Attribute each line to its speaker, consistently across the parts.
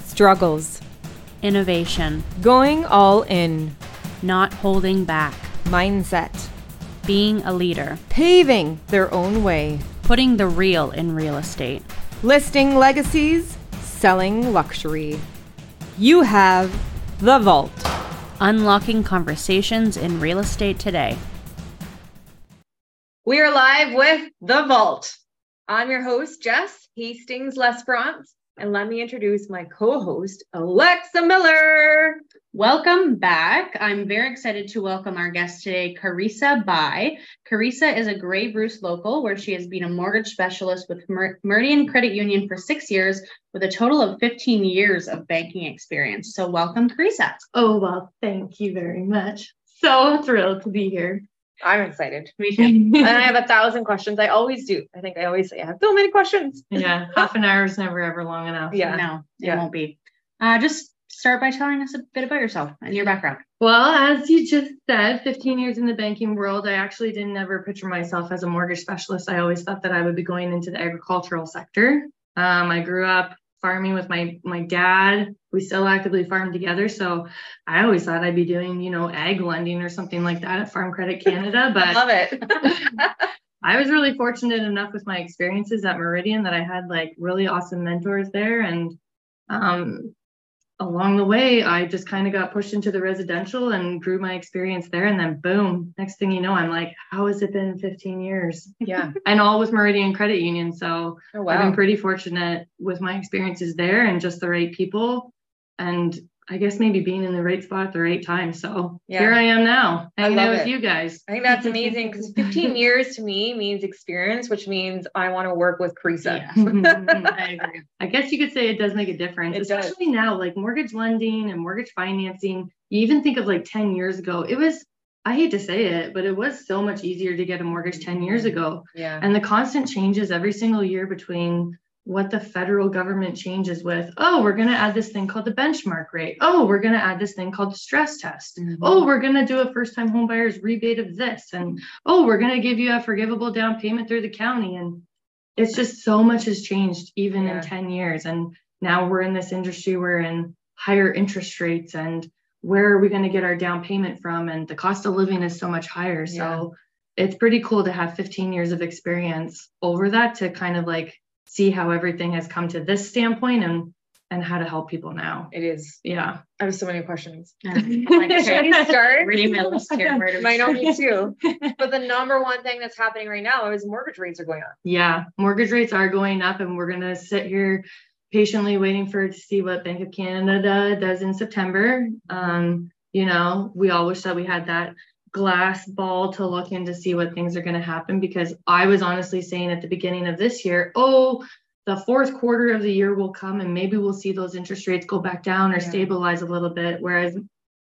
Speaker 1: struggles,
Speaker 2: innovation,
Speaker 1: going all in,
Speaker 2: not holding back,
Speaker 1: mindset,
Speaker 2: being a leader,
Speaker 1: paving their own way,
Speaker 2: putting the real in real estate.
Speaker 1: listing legacies, selling luxury. You have the vault.
Speaker 2: Unlocking conversations in real estate today.
Speaker 3: We are live with The Vault. I'm your host, Jess Hastings Lesperance, and let me introduce my co host, Alexa Miller.
Speaker 4: Welcome back. I'm very excited to welcome our guest today, Carissa Bai. Carissa is a Gray Bruce local where she has been a mortgage specialist with Mer- Meridian Credit Union for six years with a total of 15 years of banking experience. So, welcome, Carissa.
Speaker 5: Oh, well, thank you very much. So thrilled to be here.
Speaker 3: I'm excited. And I have a thousand questions. I always do. I think I always say I have so many questions.
Speaker 5: yeah, half an hour is never ever long enough.
Speaker 3: Yeah.
Speaker 4: No, it
Speaker 3: Yeah.
Speaker 4: won't be. Uh, just start by telling us a bit about yourself and your background.
Speaker 5: Well, as you just said, 15 years in the banking world, I actually didn't ever picture myself as a mortgage specialist. I always thought that I would be going into the agricultural sector. Um, I grew up farming with my my dad. We still actively farm together, so I always thought I'd be doing, you know, ag lending or something like that at Farm Credit Canada. But
Speaker 3: I love it.
Speaker 5: I was really fortunate enough with my experiences at Meridian that I had like really awesome mentors there. And um, along the way, I just kind of got pushed into the residential and grew my experience there. And then, boom, next thing you know, I'm like, how has it been 15 years?
Speaker 3: yeah.
Speaker 5: And all with Meridian Credit Union. So
Speaker 3: Oh,
Speaker 5: I've
Speaker 3: wow.
Speaker 5: been pretty fortunate with my experiences there and just the right people. And I guess maybe being in the right spot at the right time. So
Speaker 3: Yeah.
Speaker 5: here I am now,
Speaker 3: I
Speaker 5: hanging
Speaker 3: love
Speaker 5: out with
Speaker 3: it.
Speaker 5: you guys.
Speaker 3: I think that's amazing because 15 years to me means experience, which means I want to work with Carissa.
Speaker 4: I agree.
Speaker 5: I guess you could say it does make a difference,
Speaker 3: Mm-hmm, It does.
Speaker 5: especially now, like mortgage lending and mortgage financing. You even think of like 10 years ago, it was, I hate to say it, but it was so much easier to get a mortgage 10 years ago.
Speaker 3: Yeah.
Speaker 5: And the constant changes every single year between what the federal government changes with oh, we're going to add this thing called the benchmark rate. Oh, we're going to add this thing called the stress test.
Speaker 3: Mm-hmm.
Speaker 5: Oh, we're going to do a first time home buyer's rebate of this. And oh, we're going to give you a forgivable down payment through the county. And it's just so much has changed even
Speaker 3: Yeah.
Speaker 5: in 10 years. And now we're in this industry, we're in higher interest rates and where are we going to get our down payment from? And the cost of living is so much higher. So it's pretty cool to have 15 years of experience over that to kind of like see how everything has come to this standpoint and and how to help people now.
Speaker 3: It is.
Speaker 5: Yeah.
Speaker 3: I have so many questions.
Speaker 4: Um, like,
Speaker 3: Should
Speaker 4: okay,
Speaker 3: we start?
Speaker 4: Reading my list here. Where do we
Speaker 3: Might not
Speaker 4: start?
Speaker 3: be too. But the number one thing that's happening right now is mortgage rates are going up.
Speaker 5: Yeah, mortgage rates are going up, and we're gonna sit here patiently waiting for to see what Bank of Canada does in September. Um, you know, we all wish that we had that glass ball to look in to see what things are gonna happen because I was honestly saying at the beginning of this year, oh, the fourth quarter of the year will come and maybe we'll see those interest rates go back down or
Speaker 3: Yeah.
Speaker 5: stabilize a little bit. Whereas,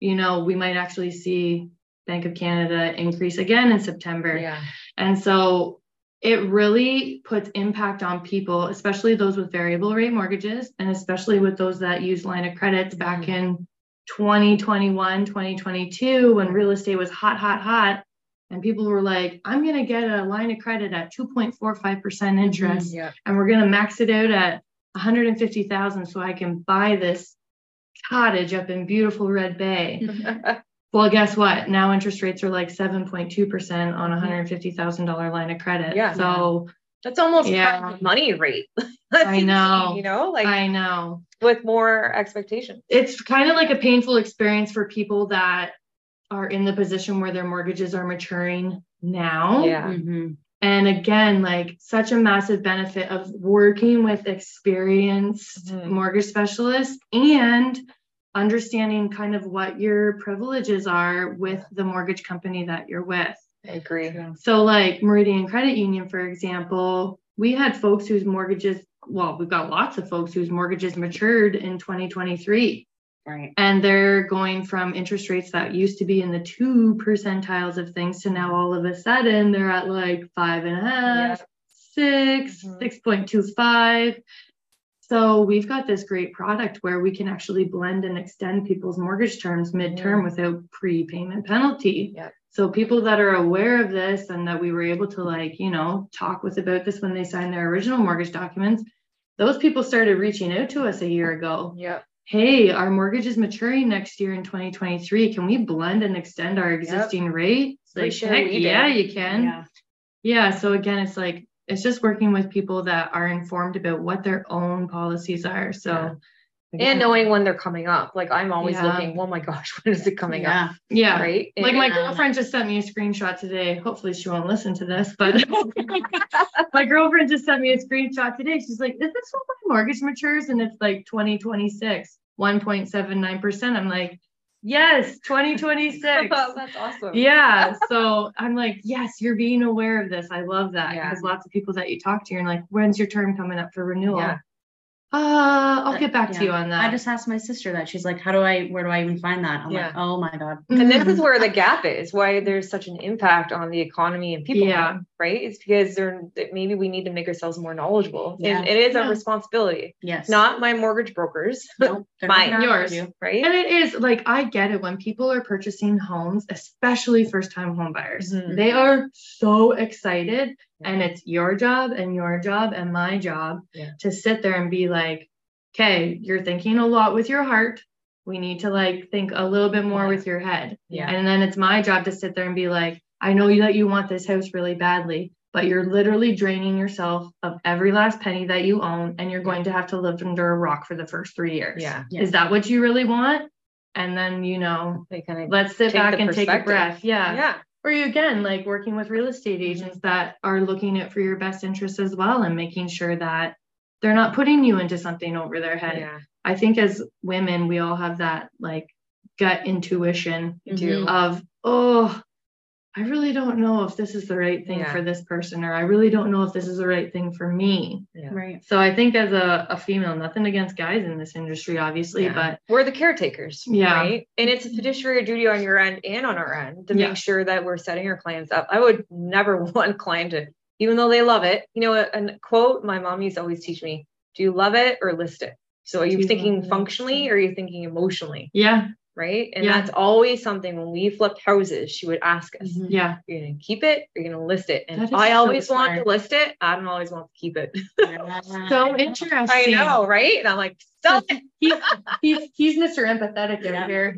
Speaker 5: you know, we might actually see Bank of Canada increase again in September.
Speaker 3: Yeah.
Speaker 5: And so it really puts impact on people, especially those with variable rate mortgages and especially with those that use line of credits back
Speaker 3: Mhm.
Speaker 5: in 2021, 2022 when real estate was hot hot hot and people were like, I'm going to get a line of credit at 2.45% interest
Speaker 3: Yeah.
Speaker 5: and we're going to max it out at 150,000 so I can buy this cottage up in beautiful Red Bay. Well, guess what? Now interest rates are like 7.2% on a $150,000 line of credit.
Speaker 3: Mm-hmm. Yeah.
Speaker 5: So
Speaker 3: That's almost
Speaker 5: Yeah.
Speaker 3: half the money rate.
Speaker 5: I know.
Speaker 3: You know, like
Speaker 5: I know
Speaker 3: with more expectations.
Speaker 5: it's kind of like a painful experience for people that are in the position where their mortgages are maturing now.
Speaker 3: Yeah.
Speaker 4: Mhm.
Speaker 5: And again, like such a massive benefit of working with experienced
Speaker 3: Mhm.
Speaker 5: mortgage specialists and understanding kind of what your privileges are with the mortgage company that you're with.
Speaker 3: I agree.
Speaker 5: So, like Meridian Credit Union, for example, we had folks whose mortgages, well, we've got lots of folks whose mortgages matured in 2023,
Speaker 4: Right.
Speaker 5: and they're going from interest rates that used to be in the two percentiles of things to now all of a sudden they're at like five and a half, six,
Speaker 3: Mhm.
Speaker 5: 6.25. So we've got this great product where we can actually blend and extend people's mortgage terms midterm without prepayment penalty.
Speaker 3: Mm. Yep.
Speaker 5: So people that are aware of this and that we were able to like, you know, talk with about this when they signed their original mortgage documents, those people started reaching out to us a year ago
Speaker 3: Yep.
Speaker 5: hey, our mortgage is maturing next year in 2023. Can we blend and extend our existing rate? It's
Speaker 3: For
Speaker 5: like,
Speaker 3: sure
Speaker 5: heck,
Speaker 3: we do.
Speaker 5: yeah, you can.
Speaker 4: Yeah.
Speaker 5: Yeah. So again, it's like it's just working with people that are informed about what their own policies are. So
Speaker 3: and knowing when they're coming up. Like I'm always
Speaker 5: Yeah.
Speaker 3: looking, oh my gosh, when is it coming up?
Speaker 4: yeah.
Speaker 5: yeah.
Speaker 3: Right.
Speaker 5: Like my
Speaker 4: Yeah.
Speaker 5: girlfriend just sent me a screenshot today. Hopefully she won't listen to this, but my girlfriend just sent me a screenshot today. She's like, "Is this when my mortgage matures?" And it's like 2026, 1.79 percent. I'm like, "Yes, 2026."
Speaker 3: That's awesome.
Speaker 5: yeah. So I'm like, "Yes, you're being aware of this. I love that
Speaker 3: Yeah.
Speaker 5: because lots of people that you talk to, you're like, "When's your term coming up for renewal?"
Speaker 3: Yeah.
Speaker 5: Uh, I'll get back to
Speaker 4: Yeah.
Speaker 5: you on that.
Speaker 4: I just asked my sister that. She's like, how do I, where do I even find that? I'm like, oh my God.
Speaker 3: And
Speaker 5: Mm-hmm.
Speaker 3: this is where the gap is, why there's such an impact on the economy and people.
Speaker 5: Yeah.
Speaker 3: Right. It's because they're that maybe we need to make ourselves more knowledgeable.
Speaker 4: Yeah.
Speaker 3: And it is
Speaker 5: Yeah.
Speaker 3: our responsibility,
Speaker 4: Yes.
Speaker 3: not my mortgage brokers.
Speaker 4: Nope, they're not
Speaker 3: Mine.
Speaker 4: gonna
Speaker 5: Yours.
Speaker 4: argue.
Speaker 3: Right.
Speaker 5: And it is like I get it when people are purchasing homes, especially first-time home buyers.
Speaker 3: Mhm.
Speaker 5: They are so excited and it's your job and your job and my job
Speaker 3: Yeah.
Speaker 5: to sit there and be like, "Okay, you're thinking a lot with your heart. We need to like think a little bit more
Speaker 3: Yeah.
Speaker 5: with your head."
Speaker 3: Yeah.
Speaker 5: And then it's my job to sit there and be like, "I know that you want this house really badly." But you're literally draining yourself of every last penny that you own, and you're going to have to live under a rock for the first three years.
Speaker 3: Yeah.
Speaker 4: Yeah.
Speaker 5: Is that what you really want? And then, you know,
Speaker 3: They kind of
Speaker 5: let's sit
Speaker 3: Take
Speaker 5: back
Speaker 3: the
Speaker 5: and take a
Speaker 3: perspective.
Speaker 5: breath. Yeah.
Speaker 3: yeah. Mm-hmm.
Speaker 5: Or you again, like working with real estate agents that are looking out for your best interests as well and making sure that they're not putting you into something over their head.
Speaker 3: Yeah.
Speaker 5: I think as women, we all have that like gut intuition
Speaker 3: You
Speaker 4: Mm-hmm.
Speaker 3: do.
Speaker 5: of, oh, I really don't know if this is the right thing
Speaker 3: Yeah.
Speaker 5: for this person, or I really don't know if this is the right thing for me.
Speaker 3: Yeah.
Speaker 4: Right.
Speaker 5: So I think as a, a female, nothing against guys in this industry, obviously,
Speaker 3: Yeah.
Speaker 5: but
Speaker 3: We're the caretakers.
Speaker 5: Yeah.
Speaker 3: Right. And it's a fiduciary duty on your end and on our end to
Speaker 5: Yeah.
Speaker 3: make sure that we're setting our clients up. I would never want a client to, even though they love it, you know, a, a quote my mom used to always teach me do you love it or list it? So are
Speaker 5: Do
Speaker 3: you
Speaker 5: you
Speaker 3: thinking
Speaker 5: love it?
Speaker 3: functionally or are you thinking emotionally?
Speaker 5: yeah,
Speaker 3: Right. And
Speaker 5: Yeah.
Speaker 3: that's always something when we flipped houses, she would ask us,
Speaker 4: Mhm.
Speaker 5: yeah.
Speaker 3: You're gonna keep it, you're gonna list it.
Speaker 5: Mm-hmm. That
Speaker 3: And
Speaker 5: is
Speaker 3: I
Speaker 5: so
Speaker 3: always want
Speaker 5: smart.
Speaker 3: to list it. I don't always want to keep it.
Speaker 5: So interesting.
Speaker 3: I know, right? And I'm like, sell it.
Speaker 5: he's, he's, he's Mr. Empathetic over
Speaker 4: Yeah.
Speaker 5: here.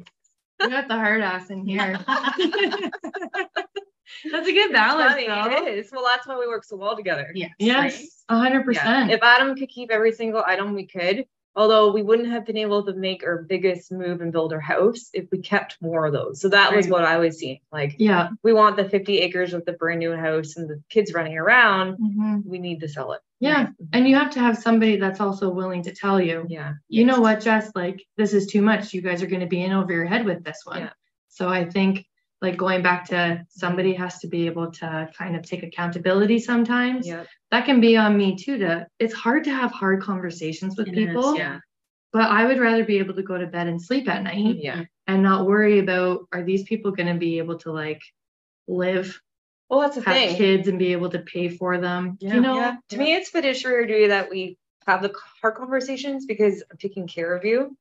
Speaker 5: We got the hard ass in here. That's a good balance,
Speaker 3: Funny, eh?
Speaker 5: though.
Speaker 3: It is. Well, that's why we work so well together.
Speaker 4: Yes.
Speaker 5: Yes, a hundred
Speaker 3: Yeah.
Speaker 5: percent.
Speaker 3: If Adam could keep every single item we could, although we wouldn't have been able to make our biggest move and build our house if we kept more of those. So that was
Speaker 4: Right.
Speaker 3: what I was seeing. Like
Speaker 5: Yeah.
Speaker 3: we want the 50 acres with the brand new house and the kids running around.
Speaker 5: mhm.
Speaker 3: We need to sell it.
Speaker 5: Yeah. And you have to have somebody that's also willing to tell you,
Speaker 3: Yeah.
Speaker 5: you know what, Jess, like this is too much. You guys are going to be in over your head with this one.
Speaker 3: Yeah.
Speaker 5: So I think like going back to somebody has to be able to kind of take accountability sometimes.
Speaker 3: Yeah.
Speaker 5: That can be on me too. To it's hard to have hard conversations with
Speaker 4: It is,
Speaker 5: people.
Speaker 4: yeah.
Speaker 5: But I would rather be able to go to bed and sleep at night
Speaker 3: Yeah.
Speaker 5: and not worry about are these people going to be able to like live,
Speaker 3: Well, that's the
Speaker 5: have
Speaker 3: thing.
Speaker 5: kids, and be able to pay for them.
Speaker 4: Yeah.
Speaker 5: You know,
Speaker 3: Yeah. To me, it's fiduciary duty that we have the hard conversations because I'm taking care of you.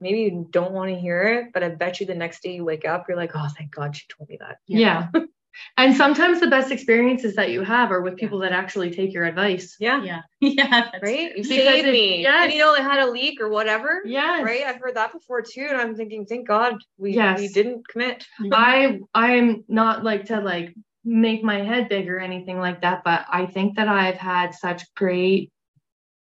Speaker 3: Maybe you don't want to hear it, but I bet you the next day you wake up, you're like, oh, thank God she told me that.
Speaker 5: yeah. and sometimes the best experiences that you have are with people that actually take your advice.
Speaker 3: Yeah.
Speaker 4: Yeah. Yeah. that's-
Speaker 3: Right? You
Speaker 5: Because
Speaker 3: saved
Speaker 5: if-
Speaker 3: me.
Speaker 5: yes.
Speaker 3: And you know, they had a leak or whatever.
Speaker 5: Yes.
Speaker 3: Right? I've heard that before too. And I'm thinking, thank God we,
Speaker 5: Yes.
Speaker 3: we didn't commit.
Speaker 5: I I'm not like to like make my head big or anything like that, but I think that I've had such great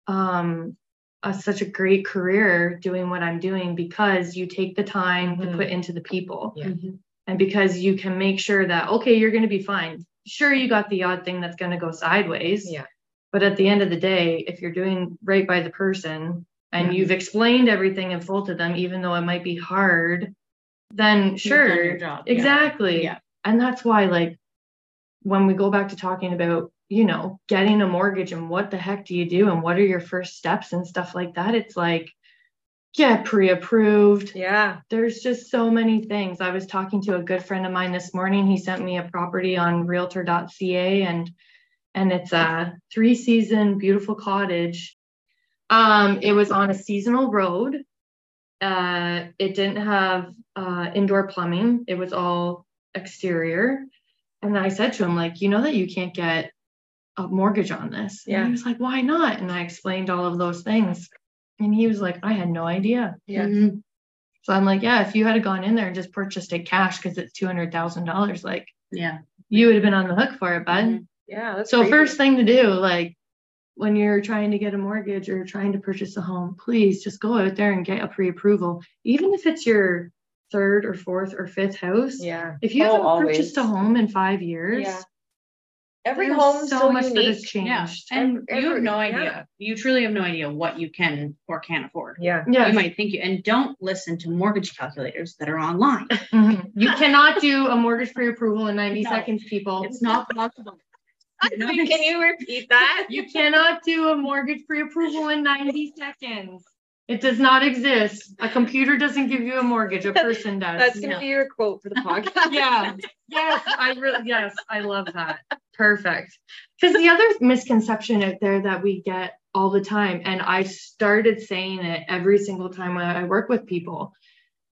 Speaker 5: um uh, such a great career doing what I'm doing because you take the time to
Speaker 3: Mhm.
Speaker 5: put into the people
Speaker 3: Yeah.
Speaker 4: Mhm.
Speaker 5: and because you can make sure that okay, you're going to be fine. Sure, you got the odd thing that's going to go sideways.
Speaker 3: Yeah.
Speaker 5: But at the end of the day, if you're doing right by the person and
Speaker 4: Yeah.
Speaker 5: you've explained everything in full to them, even though it might be hard, then
Speaker 4: You've done
Speaker 5: sure,
Speaker 4: your job. Yeah.
Speaker 5: Exactly.
Speaker 4: Yeah.
Speaker 5: And that's why, like, when we go back to talking about, you know, getting a mortgage and what the heck do you do and what are your first steps and stuff like that, it's like, get pre approved.
Speaker 3: Yeah.
Speaker 5: There's just so many things. I was talking to a good friend of mine this morning. He sent me a property on realtor.ca and and it's a three season beautiful cottage. Um, it was on a seasonal road. Uh, it didn't have uh, indoor plumbing. It was all exterior. And I said to him, like, you know that you can't get a mortgage on this. And
Speaker 3: Yeah.
Speaker 5: he was like, why not? And I explained all of those things. And he was like, I had no idea.
Speaker 3: Yeah.
Speaker 4: Mhm.
Speaker 5: Mm-hmm. So I'm like, yeah, if you had gone in there and just purchased it cash because it's two hundred thousand dollars, like
Speaker 4: Yeah.
Speaker 5: you would have been on the hook for it, bud.
Speaker 4: Mhm.
Speaker 3: Yeah. That's
Speaker 5: So
Speaker 3: crazy.
Speaker 5: first thing to do, like when you're trying to get a mortgage or trying to purchase a home, please just go out there and get a pre-approval, even if it's your third or fourth or fifth house.
Speaker 3: Yeah.
Speaker 5: If you
Speaker 3: Oh,
Speaker 5: haven't purchased a
Speaker 3: always.
Speaker 5: home in five years,
Speaker 3: Yeah. Every
Speaker 5: there's
Speaker 3: home's
Speaker 5: so,
Speaker 3: so
Speaker 5: much that has
Speaker 3: unique.
Speaker 4: Yeah.
Speaker 5: changed.
Speaker 4: And
Speaker 3: Every-
Speaker 4: you have no
Speaker 3: yeah.
Speaker 4: idea. You truly have no idea what you can or can't afford.
Speaker 3: Yeah.
Speaker 5: Yeah,
Speaker 4: You might think you, and don't listen to mortgage calculators that are online.
Speaker 5: Mhm. you cannot do a mortgage pre-approval in ninety
Speaker 4: No.
Speaker 5: seconds, people.
Speaker 4: It's not possible. No,
Speaker 3: Can you repeat that?
Speaker 5: You cannot do a mortgage pre-approval in ninety seconds. It does not exist. A computer doesn't give you a mortgage. A person does.
Speaker 3: That's gonna be your quote for the podcast.
Speaker 5: yeah. Yes, I really yes, I love that. Perfect. Because the other misconception out there that we get all the time, and I started saying it every single time when I work with people,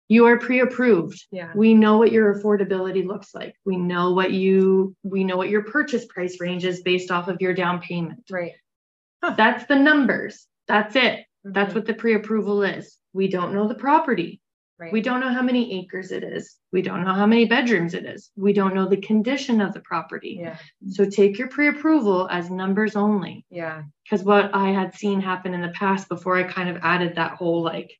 Speaker 5: you are pre-approved.
Speaker 3: Yeah.
Speaker 5: We know what your affordability looks like. We know what you we know what your purchase price range is based off of your down payment.
Speaker 3: Right.
Speaker 5: That's the numbers. That's it.
Speaker 3: Mm-hmm.
Speaker 5: That's what the pre-approval is. We don't know the property.
Speaker 3: Right.
Speaker 5: We don't know how many acres it is. We don't know how many bedrooms it is. We don't know the condition of the property.
Speaker 3: Yeah.
Speaker 5: So take your pre approval as numbers only.
Speaker 3: Yeah.
Speaker 5: Because what I had seen happen in the past before I kind of added that whole like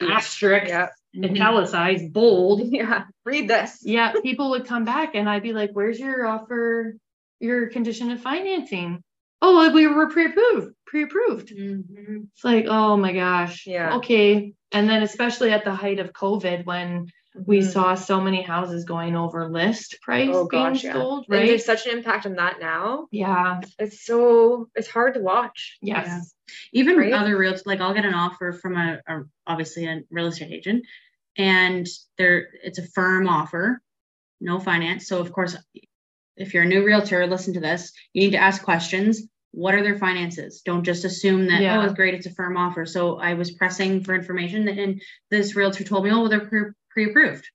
Speaker 5: asterisk,
Speaker 3: Yeah. Mm-hmm.
Speaker 5: italicized, bold.
Speaker 3: Yeah. Read this.
Speaker 5: Yeah, people would come back and I'd be like, where's your offer, your condition of financing? Oh, well, we were pre approved, pre approved.
Speaker 3: Mm-hmm.
Speaker 4: Mhm.
Speaker 5: It's like, oh my gosh.
Speaker 3: Yeah.
Speaker 5: Okay. And then, especially at the height of COVID, when we
Speaker 3: Mhm.
Speaker 5: saw so many houses going over list price
Speaker 3: Oh,
Speaker 5: being
Speaker 3: gosh, yeah.
Speaker 5: sold,
Speaker 3: And
Speaker 5: right?
Speaker 3: there's such an impact on that now.
Speaker 5: Yeah.
Speaker 3: It's so it's hard to watch.
Speaker 5: Yes.
Speaker 4: Yeah. even
Speaker 3: Right?
Speaker 4: other real like I'll get an offer from a, a obviously a real estate agent and there it's a firm offer, no finance. So of course, if you're a new realtor, listen to this. You need to ask questions. What are their finances? Don't just assume that
Speaker 5: Yeah.
Speaker 4: oh it's great, it's a firm offer. So I was pressing for information and this realtor told me, oh well, they're pre- pre-approved.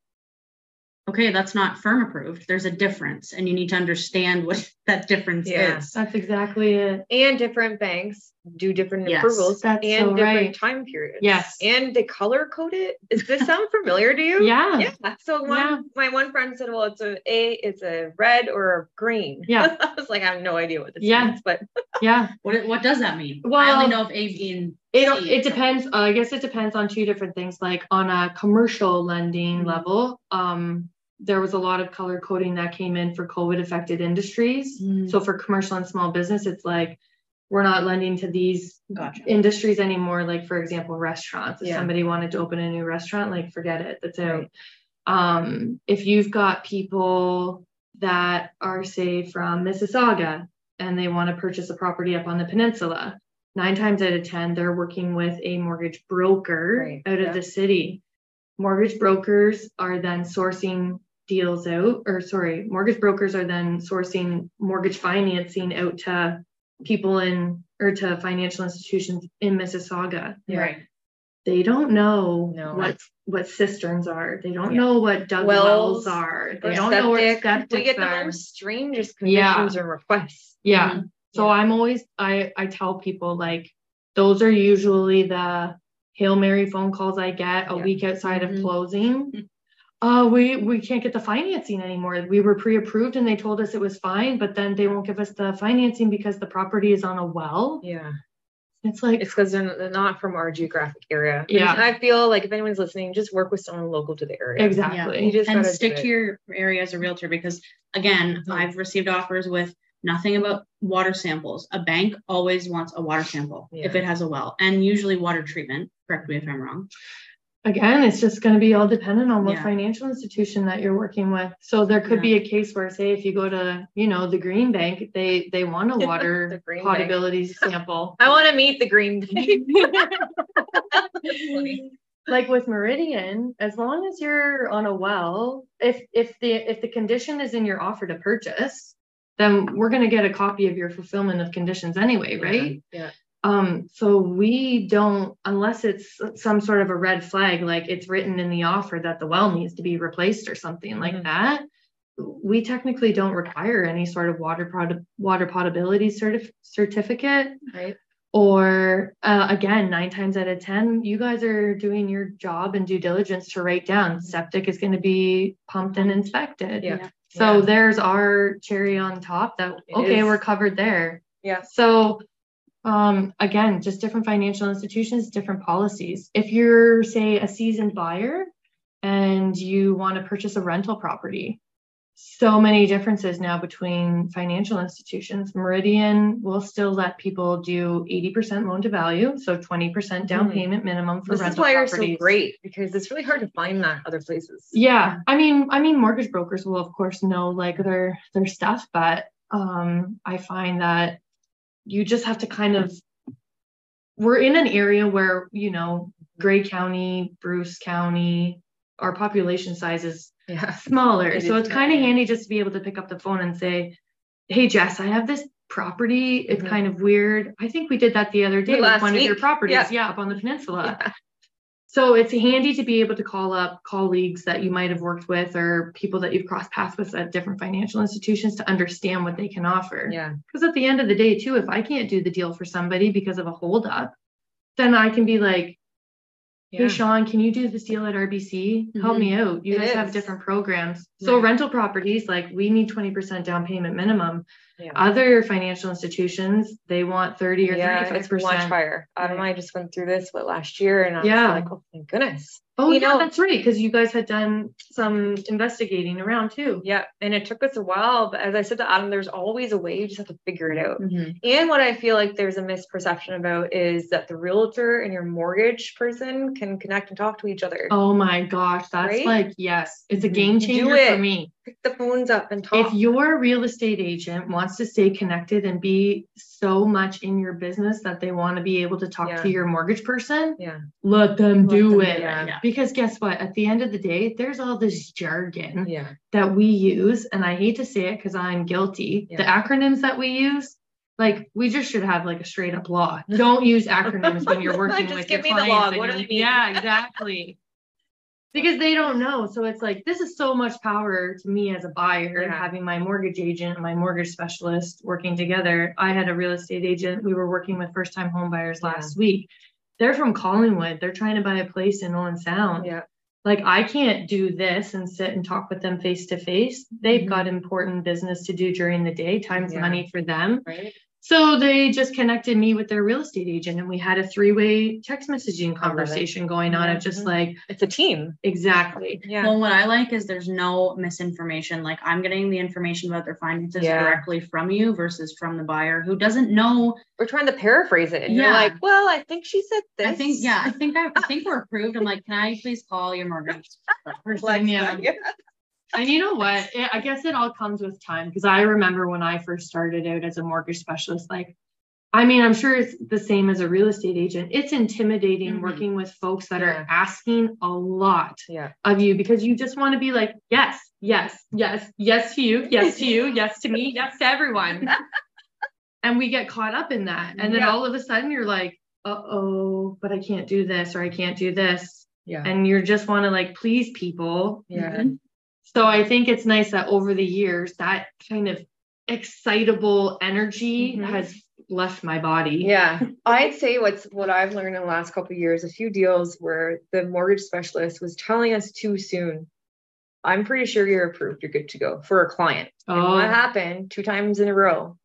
Speaker 4: Okay, that's not firm approved. There's a difference, and you need to understand what that difference
Speaker 3: Yeah.
Speaker 4: is.
Speaker 5: That's exactly it.
Speaker 3: And different banks do different
Speaker 4: Yes.
Speaker 3: approvals
Speaker 5: That's
Speaker 3: and
Speaker 5: so
Speaker 3: different
Speaker 5: right.
Speaker 3: time periods.
Speaker 5: Yes.
Speaker 3: And they color code it. Does this sound familiar to you?
Speaker 5: Yeah. Yeah.
Speaker 3: Yeah. So one,
Speaker 5: Yeah.
Speaker 3: my one friend said, "Well, it's a a, it's a red or a green."
Speaker 5: Yeah.
Speaker 3: I was like, "I have no idea what this
Speaker 5: Yeah.
Speaker 3: means," but
Speaker 4: What what does that mean? I
Speaker 5: Well,
Speaker 4: only know if A and
Speaker 5: It,
Speaker 4: See.
Speaker 5: it depends. Uh, I guess it depends on two different things. Like on a commercial lending
Speaker 4: Mhm.
Speaker 3: Mm-hmm.
Speaker 5: level, um, there was a lot of color coding that came in for COVID affected industries.
Speaker 3: Mm-hmm.
Speaker 5: So for commercial and small business, it's like we're not lending to these
Speaker 4: Gotcha.
Speaker 5: industries anymore like for example restaurants if
Speaker 3: Yeah.
Speaker 5: somebody wanted to open a new restaurant like forget it that's out
Speaker 3: Right.
Speaker 5: um if you've got people that are say from mississauga and they want to purchase a property up on the peninsula nine times out of ten they're working with a mortgage broker
Speaker 3: Right,
Speaker 5: out
Speaker 3: yeah.
Speaker 5: of the city mortgage brokers are then sourcing deals out or sorry mortgage brokers are then sourcing mortgage financing out to people in or to financial institutions in mississauga
Speaker 3: Yeah.
Speaker 4: Right.
Speaker 5: they don't know
Speaker 3: No.
Speaker 5: what what cisterns are they don't
Speaker 4: Yeah.
Speaker 5: know what dug wells,
Speaker 3: Wells
Speaker 5: are they
Speaker 3: Or
Speaker 5: don't know where
Speaker 3: septic. we
Speaker 5: septic
Speaker 3: get the
Speaker 5: are
Speaker 3: most strangest
Speaker 5: Yeah.
Speaker 3: conditions and requests.
Speaker 5: yeah
Speaker 4: Mhm.
Speaker 5: so
Speaker 3: Yeah.
Speaker 5: i'm always i i tell people like those are usually the hail mary phone calls i get a
Speaker 3: Yeah. Mm-hmm.
Speaker 5: week outside
Speaker 4: Mhm.
Speaker 5: of closing
Speaker 4: Mhm.
Speaker 5: Oh, we we can't get the financing anymore. We were pre-approved and they told us it was fine, but then they won't give us the financing because the property is on a well.
Speaker 3: Yeah,
Speaker 5: It's like
Speaker 3: it's because they're they're not from our geographic area.
Speaker 5: Yeah.
Speaker 3: and I feel like if anyone's listening, just work with someone local to the area.
Speaker 5: exactly.
Speaker 3: You just
Speaker 4: And
Speaker 3: gotta do
Speaker 4: stick
Speaker 3: it.
Speaker 4: to your area as a realtor because again,
Speaker 3: Mhm.
Speaker 4: I've received offers with nothing about water samples. A bank always wants a water sample if
Speaker 3: Yeah.
Speaker 4: it has a well and usually water treatment. Correct me if I'm wrong.
Speaker 5: again, it's just going to be all dependent on what
Speaker 4: Yeah.
Speaker 5: financial institution that you're working with. So there could be a case where, say, if you go to, you know, the Green Bank, they they want a
Speaker 3: The
Speaker 5: water
Speaker 3: Green Bank.
Speaker 5: potability sample.
Speaker 3: I want to meet the green. Mm-hmm.
Speaker 5: like with Meridian, as long as you're on a well, if if the if the condition is in your offer to purchase, then we're going to get a copy of your fulfillment of conditions anyway, right?
Speaker 3: Yeah.
Speaker 5: Um, so we don't, unless it's some sort of a red flag, like it's written in the offer that the well needs to be replaced or something like
Speaker 3: Mhm.
Speaker 5: that. We technically don't require any sort of water product, water potability certif- certificate
Speaker 3: Right.
Speaker 5: or uh, again nine times out of ten you guys are doing your job and due diligence to write down septic is going to be pumped and inspected
Speaker 3: Yeah.
Speaker 5: so
Speaker 3: Yeah.
Speaker 5: there's our cherry on top that
Speaker 3: It
Speaker 5: okay
Speaker 3: is.
Speaker 5: we're covered there
Speaker 3: Yeah.
Speaker 5: so um, again just different financial institutions different policies if you're say a seasoned buyer and you want to purchase a rental property so many differences now between financial institutions. Meridian will still let people do 80% loan to value, so 20% down
Speaker 3: Mhm.
Speaker 5: payment minimum for
Speaker 3: This is
Speaker 5: rental
Speaker 3: why you're so
Speaker 5: properties.
Speaker 3: great because it's really hard to find that other places.
Speaker 5: Yeah, I mean, I mean, mortgage brokers will of course know like their their stuff, but um, I find that you just have to kind of. We're in an area where you know Gray County, Bruce County, our population size is
Speaker 3: Yeah.
Speaker 5: smaller.
Speaker 3: It
Speaker 5: so
Speaker 3: is
Speaker 5: it's kind of
Speaker 3: smaller.
Speaker 5: handy just to be able to pick up the phone and say, "Hey Jess, I have this property. It's
Speaker 3: Mhm.
Speaker 5: kind of weird. I think we did that the other day with
Speaker 3: last
Speaker 5: one of your
Speaker 3: week.
Speaker 5: properties,
Speaker 3: Yeah.
Speaker 5: yeah. up on the peninsula." So it's handy to be able to call up colleagues that you might have worked with or people that you've crossed paths with at different financial institutions to understand what they can offer.
Speaker 3: Yeah.
Speaker 5: Because at the end of the day, too, if I can't do the deal for somebody because of a holdup, then I can be like,
Speaker 3: Yeah. Mm-hmm.
Speaker 5: Hey Sean, can you do this deal at RBC? Help
Speaker 2: Mhm.
Speaker 5: me out. You
Speaker 3: It
Speaker 5: guys have
Speaker 3: is.
Speaker 5: different programs. So
Speaker 3: Right.
Speaker 5: rental properties, like we need 20% down payment minimum.
Speaker 3: Yeah.
Speaker 5: Other financial institutions, they want 30 or
Speaker 3: yeah, it's
Speaker 5: 35%.
Speaker 3: much higher. Adam and I just went through this what, last year, and I
Speaker 5: Yeah.
Speaker 3: was like, "Oh my goodness!"
Speaker 5: oh,
Speaker 3: You
Speaker 5: yeah,
Speaker 3: know-
Speaker 5: that's right. Because you guys had done some investigating around too.
Speaker 3: Yeah, and it took us a while, but as I said to Adam, there's always a way. You just have to figure it out.
Speaker 4: Mm-hmm.
Speaker 3: And what I feel like there's a misperception about is that the realtor and your mortgage person can connect and talk to each other.
Speaker 5: Oh my gosh, that's
Speaker 3: Right? Mm-hmm.
Speaker 5: like, yes, it's a game
Speaker 3: Do
Speaker 5: changer
Speaker 3: it. Oh.
Speaker 5: for me.
Speaker 3: Pick the phones up and talk.
Speaker 5: If your real estate agent wants to stay connected and be so much in your business that they want to be able to talk
Speaker 3: Yeah.
Speaker 5: to your mortgage person,
Speaker 3: yeah,
Speaker 5: let them
Speaker 4: Let
Speaker 5: do
Speaker 4: them do
Speaker 5: it.
Speaker 4: it, yeah.
Speaker 5: Because guess what? At the end of the day, there's all this jargon
Speaker 3: yeah,
Speaker 5: that we use, and I hate to say it because I'm guilty. The
Speaker 3: Yeah.
Speaker 5: acronyms that we use, like we just should have like a straight up law. Don't use acronyms when you're working
Speaker 3: Just
Speaker 5: with
Speaker 3: give
Speaker 5: your
Speaker 3: me the
Speaker 5: clients
Speaker 3: log.
Speaker 5: and
Speaker 3: What do
Speaker 5: your-
Speaker 3: they mean?
Speaker 5: Yeah, exactly. because they don't know, so it's like this is so much power to me as a buyer
Speaker 3: Yeah.
Speaker 5: having my mortgage agent and my mortgage specialist working together. I had a real estate agent we were working with first time home buyers
Speaker 3: Yeah.
Speaker 5: last week. They're from Collingwood. They're trying to buy a place in Owen Sound
Speaker 3: yeah.
Speaker 5: like I can't do this and sit and talk with them face to face. They've
Speaker 3: Mhm.
Speaker 5: got important business to do during the day. Time's
Speaker 3: Yeah.
Speaker 5: money for them.
Speaker 3: Right.
Speaker 5: So they just connected me with their real estate agent and we had a three-way text messaging conversation going on of just
Speaker 3: Mhm.
Speaker 5: like
Speaker 3: It's a team.
Speaker 5: exactly.
Speaker 3: Yeah.
Speaker 4: Well, what I like is there's no misinformation. Like I'm getting the information about their finances
Speaker 3: Yeah.
Speaker 4: directly from you versus from the buyer who doesn't know.
Speaker 3: We're trying to paraphrase it, and you're
Speaker 4: Yeah.
Speaker 3: like, "Well, I think she said this."
Speaker 4: I think, yeah, I think I, I think we're approved. I'm like, can I please call your mortgage person?
Speaker 3: Like,
Speaker 5: Yeah. And you know what? It, I guess it all comes with time because I remember when I first started out as a mortgage specialist, like, I mean, I'm sure it's the same as a real estate agent. It's intimidating
Speaker 4: Mhm.
Speaker 5: working with folks that
Speaker 3: Mm-hmm. Yeah.
Speaker 5: are asking a lot
Speaker 3: Yeah.
Speaker 5: of you because you just want to be like, yes, yes, yes, yes to you, yes to you, yes to me, yes to everyone. and we get caught up in that. And then
Speaker 3: Yeah.
Speaker 5: all of a sudden you're like, uh oh, but I can't do this or I can't do this.
Speaker 3: Yeah.
Speaker 5: And you just want to like please people.
Speaker 3: Yeah.
Speaker 5: So I think it's nice that over the years, that kind of excitable energy
Speaker 3: Mhm.
Speaker 5: has left my body.
Speaker 3: Yeah, I'd say what's what I've learned in the last couple of years, a few deals where the mortgage specialist was telling us too soon. I'm pretty sure you're approved. You're good to go for a client. And
Speaker 5: Oh.
Speaker 3: what happened two times in a row?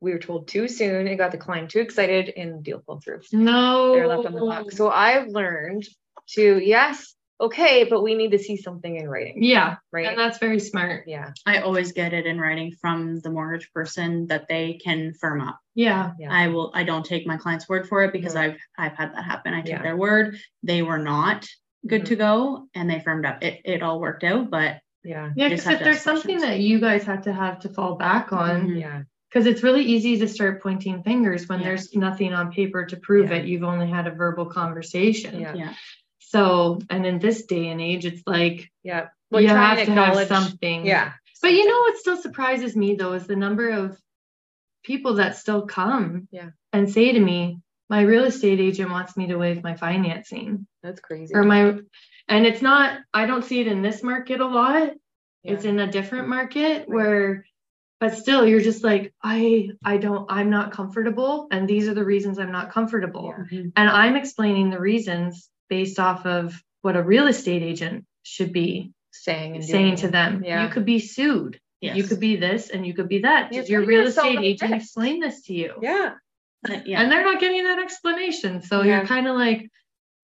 Speaker 3: We were told too soon. It got the client too excited, and the deal fell through.
Speaker 5: No.
Speaker 3: They're left on the box.
Speaker 5: Oh.
Speaker 3: So I've learned to yes, okay, but we need to see something in writing,
Speaker 5: yeah.
Speaker 3: right?
Speaker 5: And that's very smart.
Speaker 3: Yeah,
Speaker 4: I always get it in writing from the mortgage person that they can firm up.
Speaker 5: Yeah.
Speaker 3: yeah,
Speaker 4: I will, I don't take my client's word for it because
Speaker 3: Mhm.
Speaker 4: I've, I've had that happen. I took
Speaker 3: Yeah. Mm-hmm.
Speaker 4: their word. They were not good to go and they firmed up. It, it all worked out, but
Speaker 3: yeah,
Speaker 5: Yeah.
Speaker 4: Just
Speaker 5: Because
Speaker 4: have
Speaker 5: if
Speaker 4: to
Speaker 5: there's
Speaker 4: ask
Speaker 5: something
Speaker 4: questions.
Speaker 5: that you guys have to have to fall back on,
Speaker 4: Mhm.
Speaker 3: yeah.
Speaker 5: because it's really easy to start pointing fingers when
Speaker 4: Yeah.
Speaker 5: there's nothing on paper to prove
Speaker 3: Yeah.
Speaker 5: it. You've only had a verbal conversation.
Speaker 3: Yeah.
Speaker 4: yeah.
Speaker 5: So, and in this day and age, it's like
Speaker 3: yeah.
Speaker 5: you
Speaker 3: trying
Speaker 5: have to have something.
Speaker 3: Yeah,
Speaker 5: But you know what still surprises me though is the number of people that still come
Speaker 3: Yeah.
Speaker 5: and say to me, my real estate agent wants me to waive my financing
Speaker 3: that's crazy.
Speaker 5: or my, and it's not, I don't see it in this market a lot.
Speaker 3: Yeah.
Speaker 5: It's in a different market where but still you're just like i i don't i'm not comfortable and these are the reasons i'm not comfortable
Speaker 3: Mm-hmm.
Speaker 5: and i'm explaining the reasons based off of what a real estate agent should be
Speaker 3: saying and
Speaker 5: saying
Speaker 3: doing
Speaker 5: to
Speaker 3: it.
Speaker 5: them
Speaker 3: Yeah.
Speaker 5: you could be sued
Speaker 4: Yes.
Speaker 5: you could be this and you could be that
Speaker 3: You're
Speaker 5: did your
Speaker 3: putting
Speaker 5: real
Speaker 3: yourself
Speaker 5: estate
Speaker 3: at
Speaker 5: agent
Speaker 3: risk.
Speaker 5: explain this to you
Speaker 3: Yeah.
Speaker 4: yeah.
Speaker 5: and they're not getting that explanation so
Speaker 3: Yeah.
Speaker 5: you're kind of like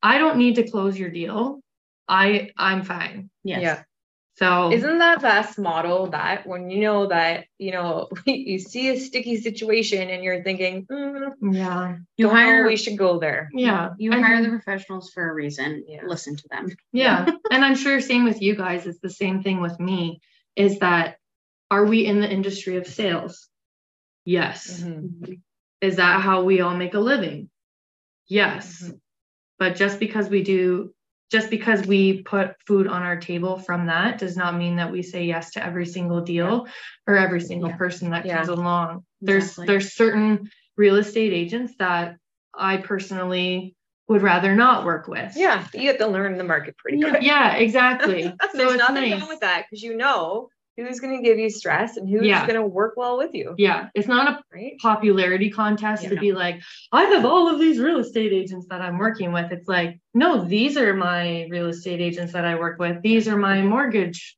Speaker 5: i don't need to close your deal i i'm fine
Speaker 4: yes.
Speaker 3: Yeah.
Speaker 5: so
Speaker 3: Isn't that best model that when you know that, you know, you see a sticky situation and you're thinking, mm,
Speaker 5: yeah
Speaker 4: You
Speaker 3: don't know
Speaker 4: hire
Speaker 3: we should go there.
Speaker 5: yeah
Speaker 4: you
Speaker 5: And-
Speaker 4: hire the professionals for a reason.
Speaker 3: Yeah.
Speaker 4: Listen to them.
Speaker 5: Yeah. and I'm sure same with you guys. It's the same thing with me is that are we in the industry of sales? Yes.
Speaker 3: Mhm.
Speaker 5: Is that how we all make a living? Yes.
Speaker 3: Mhm.
Speaker 5: But just because we do, just because we put food on our table from that does not mean that we say yes to every single deal or every single
Speaker 4: Yeah.
Speaker 5: person that
Speaker 3: Yeah.
Speaker 5: comes along. There's
Speaker 4: Exactly.
Speaker 5: there's certain real estate agents that I personally would rather not work with.
Speaker 3: Yeah. You have to learn the market pretty quick.
Speaker 5: Yeah, exactly.
Speaker 3: There's
Speaker 5: it's
Speaker 3: nothing
Speaker 5: nice.
Speaker 3: wrong with that because you know who's going to give you stress and who's
Speaker 5: Yeah.
Speaker 3: going to work well with you.
Speaker 5: Yeah, it's not a
Speaker 3: Right.
Speaker 5: popularity contest to
Speaker 4: Yeah.
Speaker 5: be like, I have all of these real estate agents that I'm working with. It's like, no, these are my real estate agents that I work with. These are my mortgage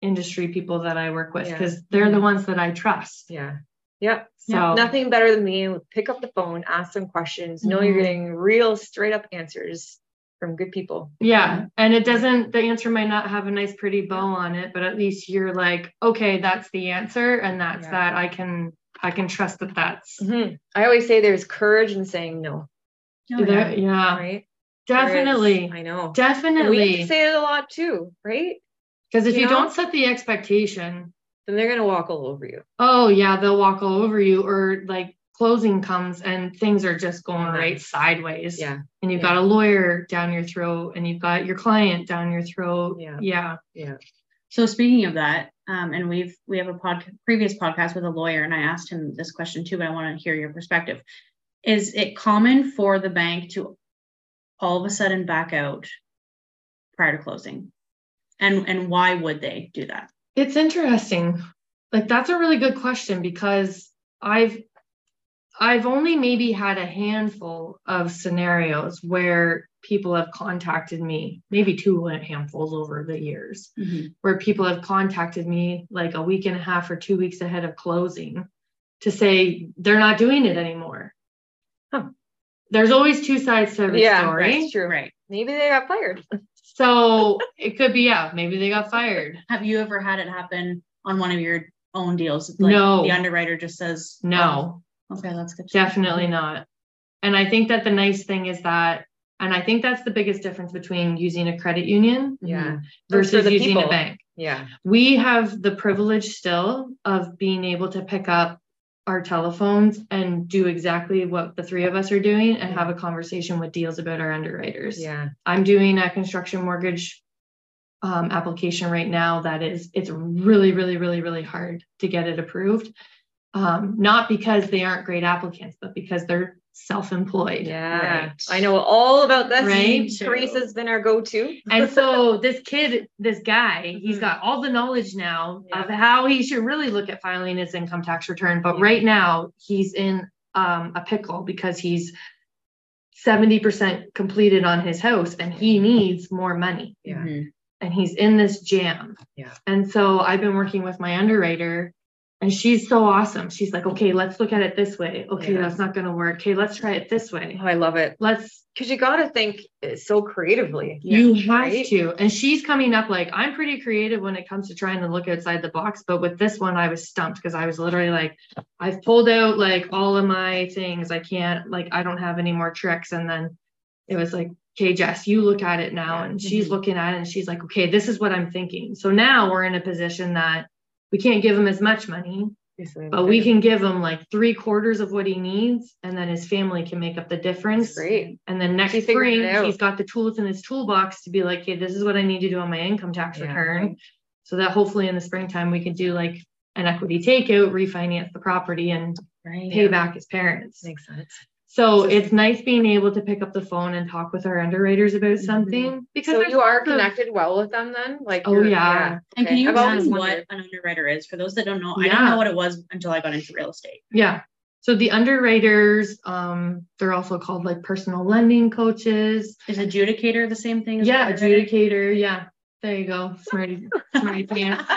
Speaker 5: industry people that I work with
Speaker 3: Yeah.
Speaker 5: because they're the ones that I trust.
Speaker 3: Yeah. Yep.
Speaker 5: So,
Speaker 3: Nothing better than being able to pick up the phone, ask some questions, know you're
Speaker 5: Mhm.
Speaker 3: getting real straight up answers from good people.
Speaker 5: yeah. And it doesn't, the answer might not have a nice, pretty bow on it, but at least you're like, okay, that's the answer. And that's
Speaker 3: Yeah.
Speaker 5: that I can, I can trust that that's
Speaker 3: Mhm. I always say there's courage in saying no,
Speaker 5: there. Yeah,
Speaker 3: Oh, right? There is.
Speaker 5: definitely.
Speaker 3: I know. And
Speaker 5: Definitely.
Speaker 3: we have to say it a lot too, right?
Speaker 5: Because if
Speaker 3: You
Speaker 5: you,
Speaker 3: know?
Speaker 5: don't set the expectation,
Speaker 3: Then they're gonna walk all over you.
Speaker 5: oh yeah, they'll walk all over you, or like closing comes and things are just going
Speaker 3: Mhm.
Speaker 5: right sideways.
Speaker 3: Yeah.
Speaker 5: And you've
Speaker 3: Yeah.
Speaker 5: got a lawyer down your throat and you've got your client down your throat.
Speaker 3: Yeah.
Speaker 5: Yeah.
Speaker 4: So speaking of that, um, and we've we have a pod, previous podcast with a lawyer, and I asked him this question too, but I want to hear your perspective. Is it common for the bank to all of a sudden back out prior to closing, and and why would they do that?
Speaker 5: It's interesting. Like that's a really good question because I've I've only maybe had a handful of scenarios where people have contacted me, maybe two handfuls over the years.
Speaker 3: Mm-hmm.
Speaker 5: where people have contacted me like a week and a half or two weeks ahead of closing to say they're not doing it anymore.
Speaker 3: Huh.
Speaker 5: There's always two sides to every
Speaker 3: Yeah,
Speaker 5: story. Mm-hmm.
Speaker 3: that's true.
Speaker 4: Right.
Speaker 3: Maybe they got fired.
Speaker 5: So it could be, yeah, maybe they got fired.
Speaker 4: Have you ever had it happen on one of your own deals?
Speaker 5: No.
Speaker 4: The underwriter just says
Speaker 5: No,
Speaker 4: "Oh, Okay, that's good. to know."
Speaker 5: definitely not. And I think that the nice thing is that, and I think that's the biggest difference between using a credit union
Speaker 3: Yeah. Or for
Speaker 5: versus
Speaker 3: the
Speaker 5: using a
Speaker 3: people.
Speaker 5: bank.
Speaker 3: Yeah.
Speaker 5: we have the privilege still of being able to pick up our telephones and do exactly what the three of us are doing and have a conversation with deals about our underwriters.
Speaker 3: Yeah.
Speaker 5: I'm doing a construction mortgage um, application right now that is it's really really really really hard to get it approved. Um, not because they aren't great applicants, but because they're self-employed.
Speaker 3: Yeah.
Speaker 5: Right.
Speaker 3: I know all about this.
Speaker 5: Right?
Speaker 3: Teresa's been our go-to.
Speaker 5: and so this kid, this guy, he's
Speaker 3: Mhm.
Speaker 5: got all the knowledge now
Speaker 3: Yeah.
Speaker 5: of how he should really look at filing his income tax return. But
Speaker 3: Yeah.
Speaker 5: right now, he's in um, a pickle because he's 70% completed on his house and he needs more money
Speaker 3: Yeah.
Speaker 4: Mhm.
Speaker 5: and he's in this jam.
Speaker 3: Yeah.
Speaker 5: And so I've been working with my underwriter and she's so awesome. She's like, okay, let's look at it this way. Okay,
Speaker 3: Yeah.
Speaker 5: that's not going to work. Okay, let's try it this way.
Speaker 3: Oh, I love it.
Speaker 5: Let's
Speaker 3: Because you gotta think uh, so creatively.
Speaker 5: you have
Speaker 3: right?
Speaker 5: to. And she's coming up like, I'm pretty creative when it comes to trying to look outside the box. But with this one, I was stumped because I was literally like, I've pulled out like all of my things. I can't, like, I don't have any more tricks. And then it was like, okay, Jess, you look at it now.
Speaker 3: Yeah. Mm-hmm.
Speaker 5: And she's looking at it and she's like, okay, this is what I'm thinking. So now we're in a position that we can't give him as much money, but we can give him like three quarters of what he needs. And then his family can make up the difference.
Speaker 3: Great.
Speaker 5: And then next
Speaker 3: He figured it
Speaker 5: spring,
Speaker 3: out.
Speaker 5: he's got the tools in his toolbox to be like, hey, this is what I need to do on my income tax
Speaker 3: Yeah.
Speaker 5: return. So that hopefully in the springtime, we can do like an equity takeout, refinance the property and
Speaker 4: Right.
Speaker 5: pay back his parents.
Speaker 3: Makes sense.
Speaker 5: So it's nice being able to pick up the phone and talk with our underwriters
Speaker 4: Mhm.
Speaker 5: about something because
Speaker 3: Mm-hmm. So
Speaker 5: there's
Speaker 3: you are
Speaker 5: lots of-
Speaker 3: connected well with them then? Like
Speaker 5: Oh,
Speaker 3: you're-
Speaker 5: yeah.
Speaker 4: And can
Speaker 3: Okay.
Speaker 4: you
Speaker 3: I've always
Speaker 4: explain what
Speaker 3: wondered.
Speaker 4: an underwriter is? For those that don't know, I didn't
Speaker 5: Yeah.
Speaker 4: know what it was until I got into real estate.
Speaker 5: Yeah. So the underwriters, um, they're also called like personal lending coaches.
Speaker 4: Is adjudicator the same thing? as
Speaker 5: Yeah,
Speaker 4: underwriter?
Speaker 5: adjudicator. Yeah. There you go. Smarty, smarty pants.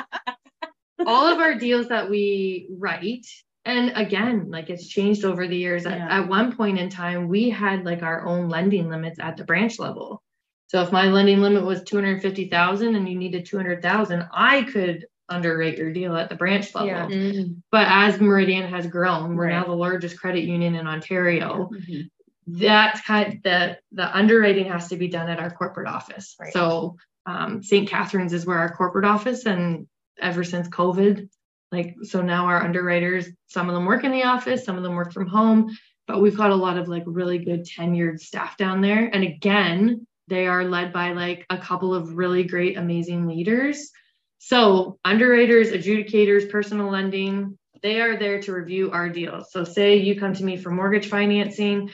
Speaker 5: All of our deals that we write, and again, like it's changed over the years. At,
Speaker 4: Yeah.
Speaker 5: at one point in time, we had like our own lending limits at the branch level. So if my lending limit was 250,000 and you needed 200,000, I could underrate your deal at the branch level.
Speaker 3: Yeah.
Speaker 4: Mm,
Speaker 5: But as Meridian has grown, we're now
Speaker 4: Right.
Speaker 5: the largest credit union in Ontario.
Speaker 4: mhm.
Speaker 5: That's kind the the underwriting has to be done at our corporate office.
Speaker 3: Right.
Speaker 5: So um, St. Catharines is where our corporate office, and ever since COVID, like so now our underwriters, some of them work in the office, some of them work from home, but we've got a lot of like really good tenured staff down there. And again, they are led by like a couple of really great, amazing leaders. So underwriters, adjudicators, personal lending, they are there to review our deals. So say you come to me for mortgage financing,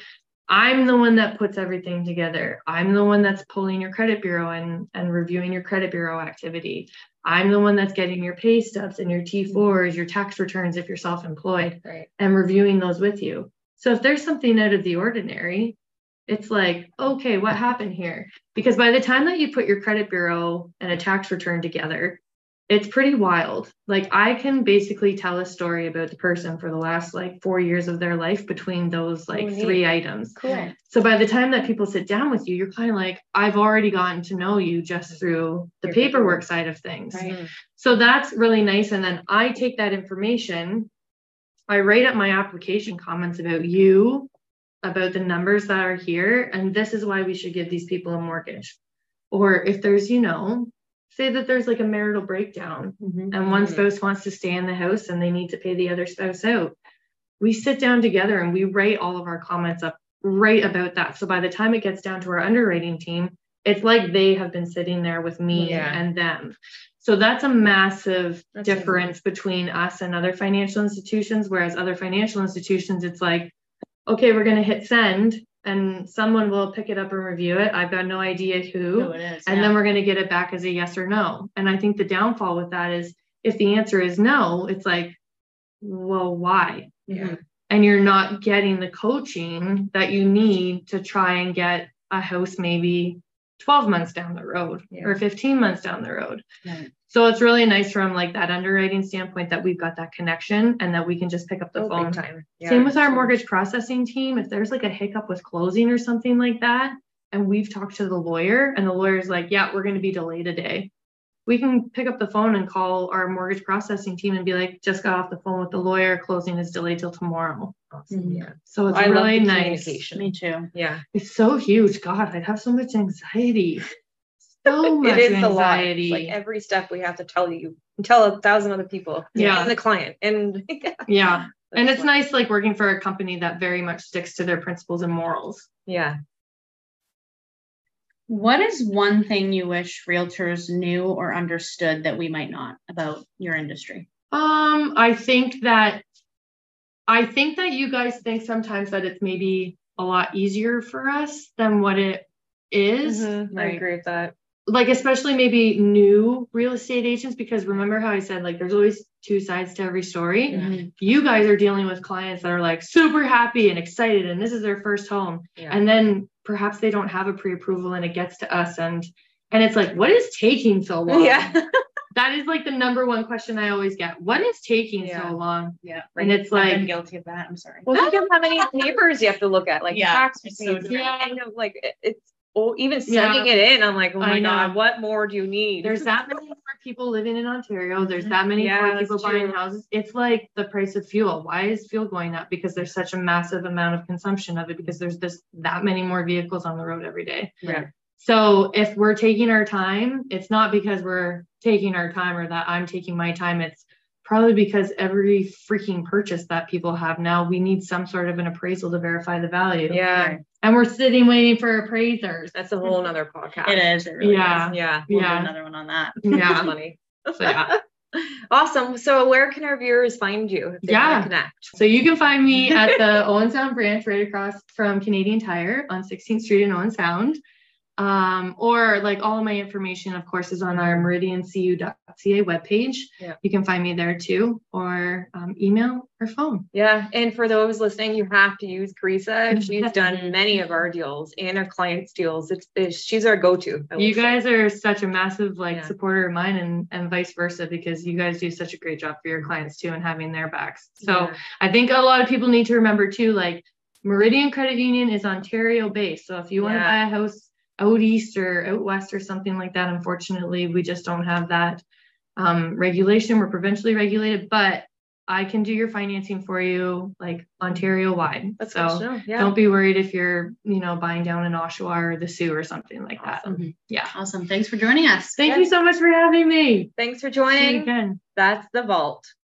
Speaker 5: I'm the one that puts everything together. I'm the one that's pulling your credit bureau and, and reviewing your credit bureau activity. I'm the one that's getting your pay stubs and your T4s, your tax returns if you're self-employed
Speaker 3: Mm-hmm. Right.
Speaker 5: and reviewing those with you. So if there's something out of the ordinary, it's like, okay, what happened here? Because by the time that you put your credit bureau and a tax return together, it's pretty wild. Like I can basically tell a story about the person for the last like four years of their life between those like
Speaker 3: Oh, neat.
Speaker 5: three items.
Speaker 3: Cool.
Speaker 5: So by the time that people sit down with you, you're kind of like, I've already gotten to know you just through the
Speaker 4: Your
Speaker 5: paperwork side of things.
Speaker 4: Right.
Speaker 5: So that's really nice. And then I take that information, I write up my application comments about you, about the numbers that are here, and this is why we should give these people a mortgage. Or if there's, you know, say that there's like a marital breakdown
Speaker 4: Mhm.
Speaker 5: and one
Speaker 3: Mhm.
Speaker 5: spouse wants to stay in the house and they need to pay the other spouse out. We sit down together and we write all of our comments up right about that. So by the time it gets down to our underwriting team, it's like they have been sitting there with me
Speaker 3: Yeah.
Speaker 5: and them. So that's a massive
Speaker 3: That's amazing.
Speaker 5: difference between us and other financial institutions. Whereas other financial institutions, it's like, okay, we're going to hit send and someone will pick it up and review it. I've got no idea who
Speaker 4: Who it is,
Speaker 5: and
Speaker 4: yeah.
Speaker 5: then we're going to get it back as a yes or no. And I think the downfall with that is if the answer is no, it's like, well, why?
Speaker 3: Yeah.
Speaker 5: And you're not getting the coaching that you need to try and get a house maybe 12 months down the road
Speaker 3: Yeah.
Speaker 5: or 15 months down the road.
Speaker 4: Right.
Speaker 5: So it's really nice from like that underwriting standpoint that we've got that connection and that we can just pick up the
Speaker 3: Oh,
Speaker 5: phone.
Speaker 3: big time.
Speaker 5: Same with our
Speaker 3: Sure.
Speaker 5: mortgage processing team. If there's like a hiccup with closing or something like that, and we've talked to the lawyer, and the lawyer's like, yeah, we're going to be delayed a day. We can pick up the phone and call our mortgage processing team and be like, just got off the phone with the lawyer. Closing is delayed till tomorrow.
Speaker 3: Awesome. Yeah.
Speaker 5: So it's
Speaker 3: I love
Speaker 5: Mm-hmm. really
Speaker 3: the
Speaker 5: nice.
Speaker 3: communication.
Speaker 4: Me too.
Speaker 3: Yeah.
Speaker 5: It's so huge. God, I'd have so much anxiety. So much
Speaker 3: it is a lot. It's
Speaker 5: anxiety.
Speaker 3: Like every step we have to tell you, tell a thousand other people.
Speaker 5: Yeah.
Speaker 3: And the client. And yeah.
Speaker 5: yeah. And it's
Speaker 3: That's-
Speaker 5: nice, like working for a company that very much sticks to their principles and morals.
Speaker 3: Yeah.
Speaker 4: What is one thing you wish realtors knew or understood that we might not about your industry?
Speaker 5: Um, I think that I think that you guys think sometimes that it's maybe a lot easier for us than what it is.
Speaker 3: Mhm, I
Speaker 4: Right.
Speaker 3: agree with that.
Speaker 5: Like especially maybe new real estate agents because remember how I said like there's always two sides to every
Speaker 3: Mm-hmm.
Speaker 5: story. You guys are dealing with clients that are like super happy and excited and this is their first home
Speaker 3: Yeah.
Speaker 5: and then perhaps they don't have a pre-approval and it gets to us and and it's like what is taking so long?
Speaker 3: yeah.
Speaker 5: That is like the number one question I always get. What is taking
Speaker 3: Yeah.
Speaker 5: so long?
Speaker 4: Yeah.
Speaker 5: And it's
Speaker 4: I've been
Speaker 5: like-
Speaker 4: guilty of that. I'm sorry.
Speaker 3: Well, think of how many papers you have to look at, like
Speaker 4: Yeah,
Speaker 3: tax
Speaker 4: it's so
Speaker 3: receipts.
Speaker 5: true.
Speaker 3: yeah. I know, like it- it's oh, even
Speaker 5: Yeah.
Speaker 3: sending it in. I'm like, oh
Speaker 5: I
Speaker 3: my
Speaker 5: know.
Speaker 3: god, what more do you need?
Speaker 5: There's that many more people living in Ontario. There's that many
Speaker 3: Yeah,
Speaker 5: more
Speaker 3: that's
Speaker 5: people buying
Speaker 3: true.
Speaker 5: houses. It's like the price of fuel. Why is fuel going up? Because there's such a massive amount of consumption of it because there's this that many more vehicles on the road every day.
Speaker 3: Yeah.
Speaker 5: So if we're taking our time, it's not because we're taking our time or that I'm taking my time. It's probably because every freaking purchase that people have now, we need some sort of an appraisal to verify the value.
Speaker 3: yeah.
Speaker 5: And we're sitting waiting for appraisers.
Speaker 3: That's a whole nother podcast.
Speaker 4: It is. It really
Speaker 5: Yeah.
Speaker 4: is.
Speaker 3: Yeah.
Speaker 4: We'll do
Speaker 5: Yeah.
Speaker 4: another one on that.
Speaker 5: Yeah.
Speaker 3: Money.
Speaker 5: So yeah,
Speaker 3: Awesome. So where can our viewers find you? If they wanna
Speaker 5: Yeah.
Speaker 3: Connect.
Speaker 5: So you can find me at the Owen Sound branch right across from Canadian Tire on 16th Street in Owen Sound. Um, or like all of my information, of course, is on our meridiancu.ca webpage.
Speaker 3: Yeah.
Speaker 5: You can find me there too, or um, email or phone.
Speaker 3: Yeah. And for those listening, you have to use Carissa. She's done
Speaker 5: Mhm.
Speaker 3: many of our deals and our clients' deals. It's, it's she's our go-to. I will
Speaker 5: You
Speaker 3: say.
Speaker 5: guys are such a massive like
Speaker 3: Yeah.
Speaker 5: supporter of mine and, and vice versa because you guys do such a great job for your clients too and having their backs. So
Speaker 3: Yeah.
Speaker 5: I think a lot of people need to remember too, like Meridian Credit Union is Ontario based. So if you want to
Speaker 3: Yeah.
Speaker 5: buy a house out east or out west or something like that, unfortunately, we just don't have that um, regulation. We're provincially regulated, but I can do your financing for you, like Ontario wide.
Speaker 3: That's
Speaker 5: so
Speaker 3: good to know. Yeah.
Speaker 5: don't be worried if you're, you know, buying down in Oshawa or the Sioux or something like that.
Speaker 3: Awesome.
Speaker 5: Yeah.
Speaker 4: Awesome. Mm-hmm. Thanks for joining us.
Speaker 5: Thank
Speaker 3: Yeah.
Speaker 5: you so much for having me.
Speaker 3: Thanks for
Speaker 5: See you
Speaker 3: joining.
Speaker 5: again.
Speaker 3: That's the vault.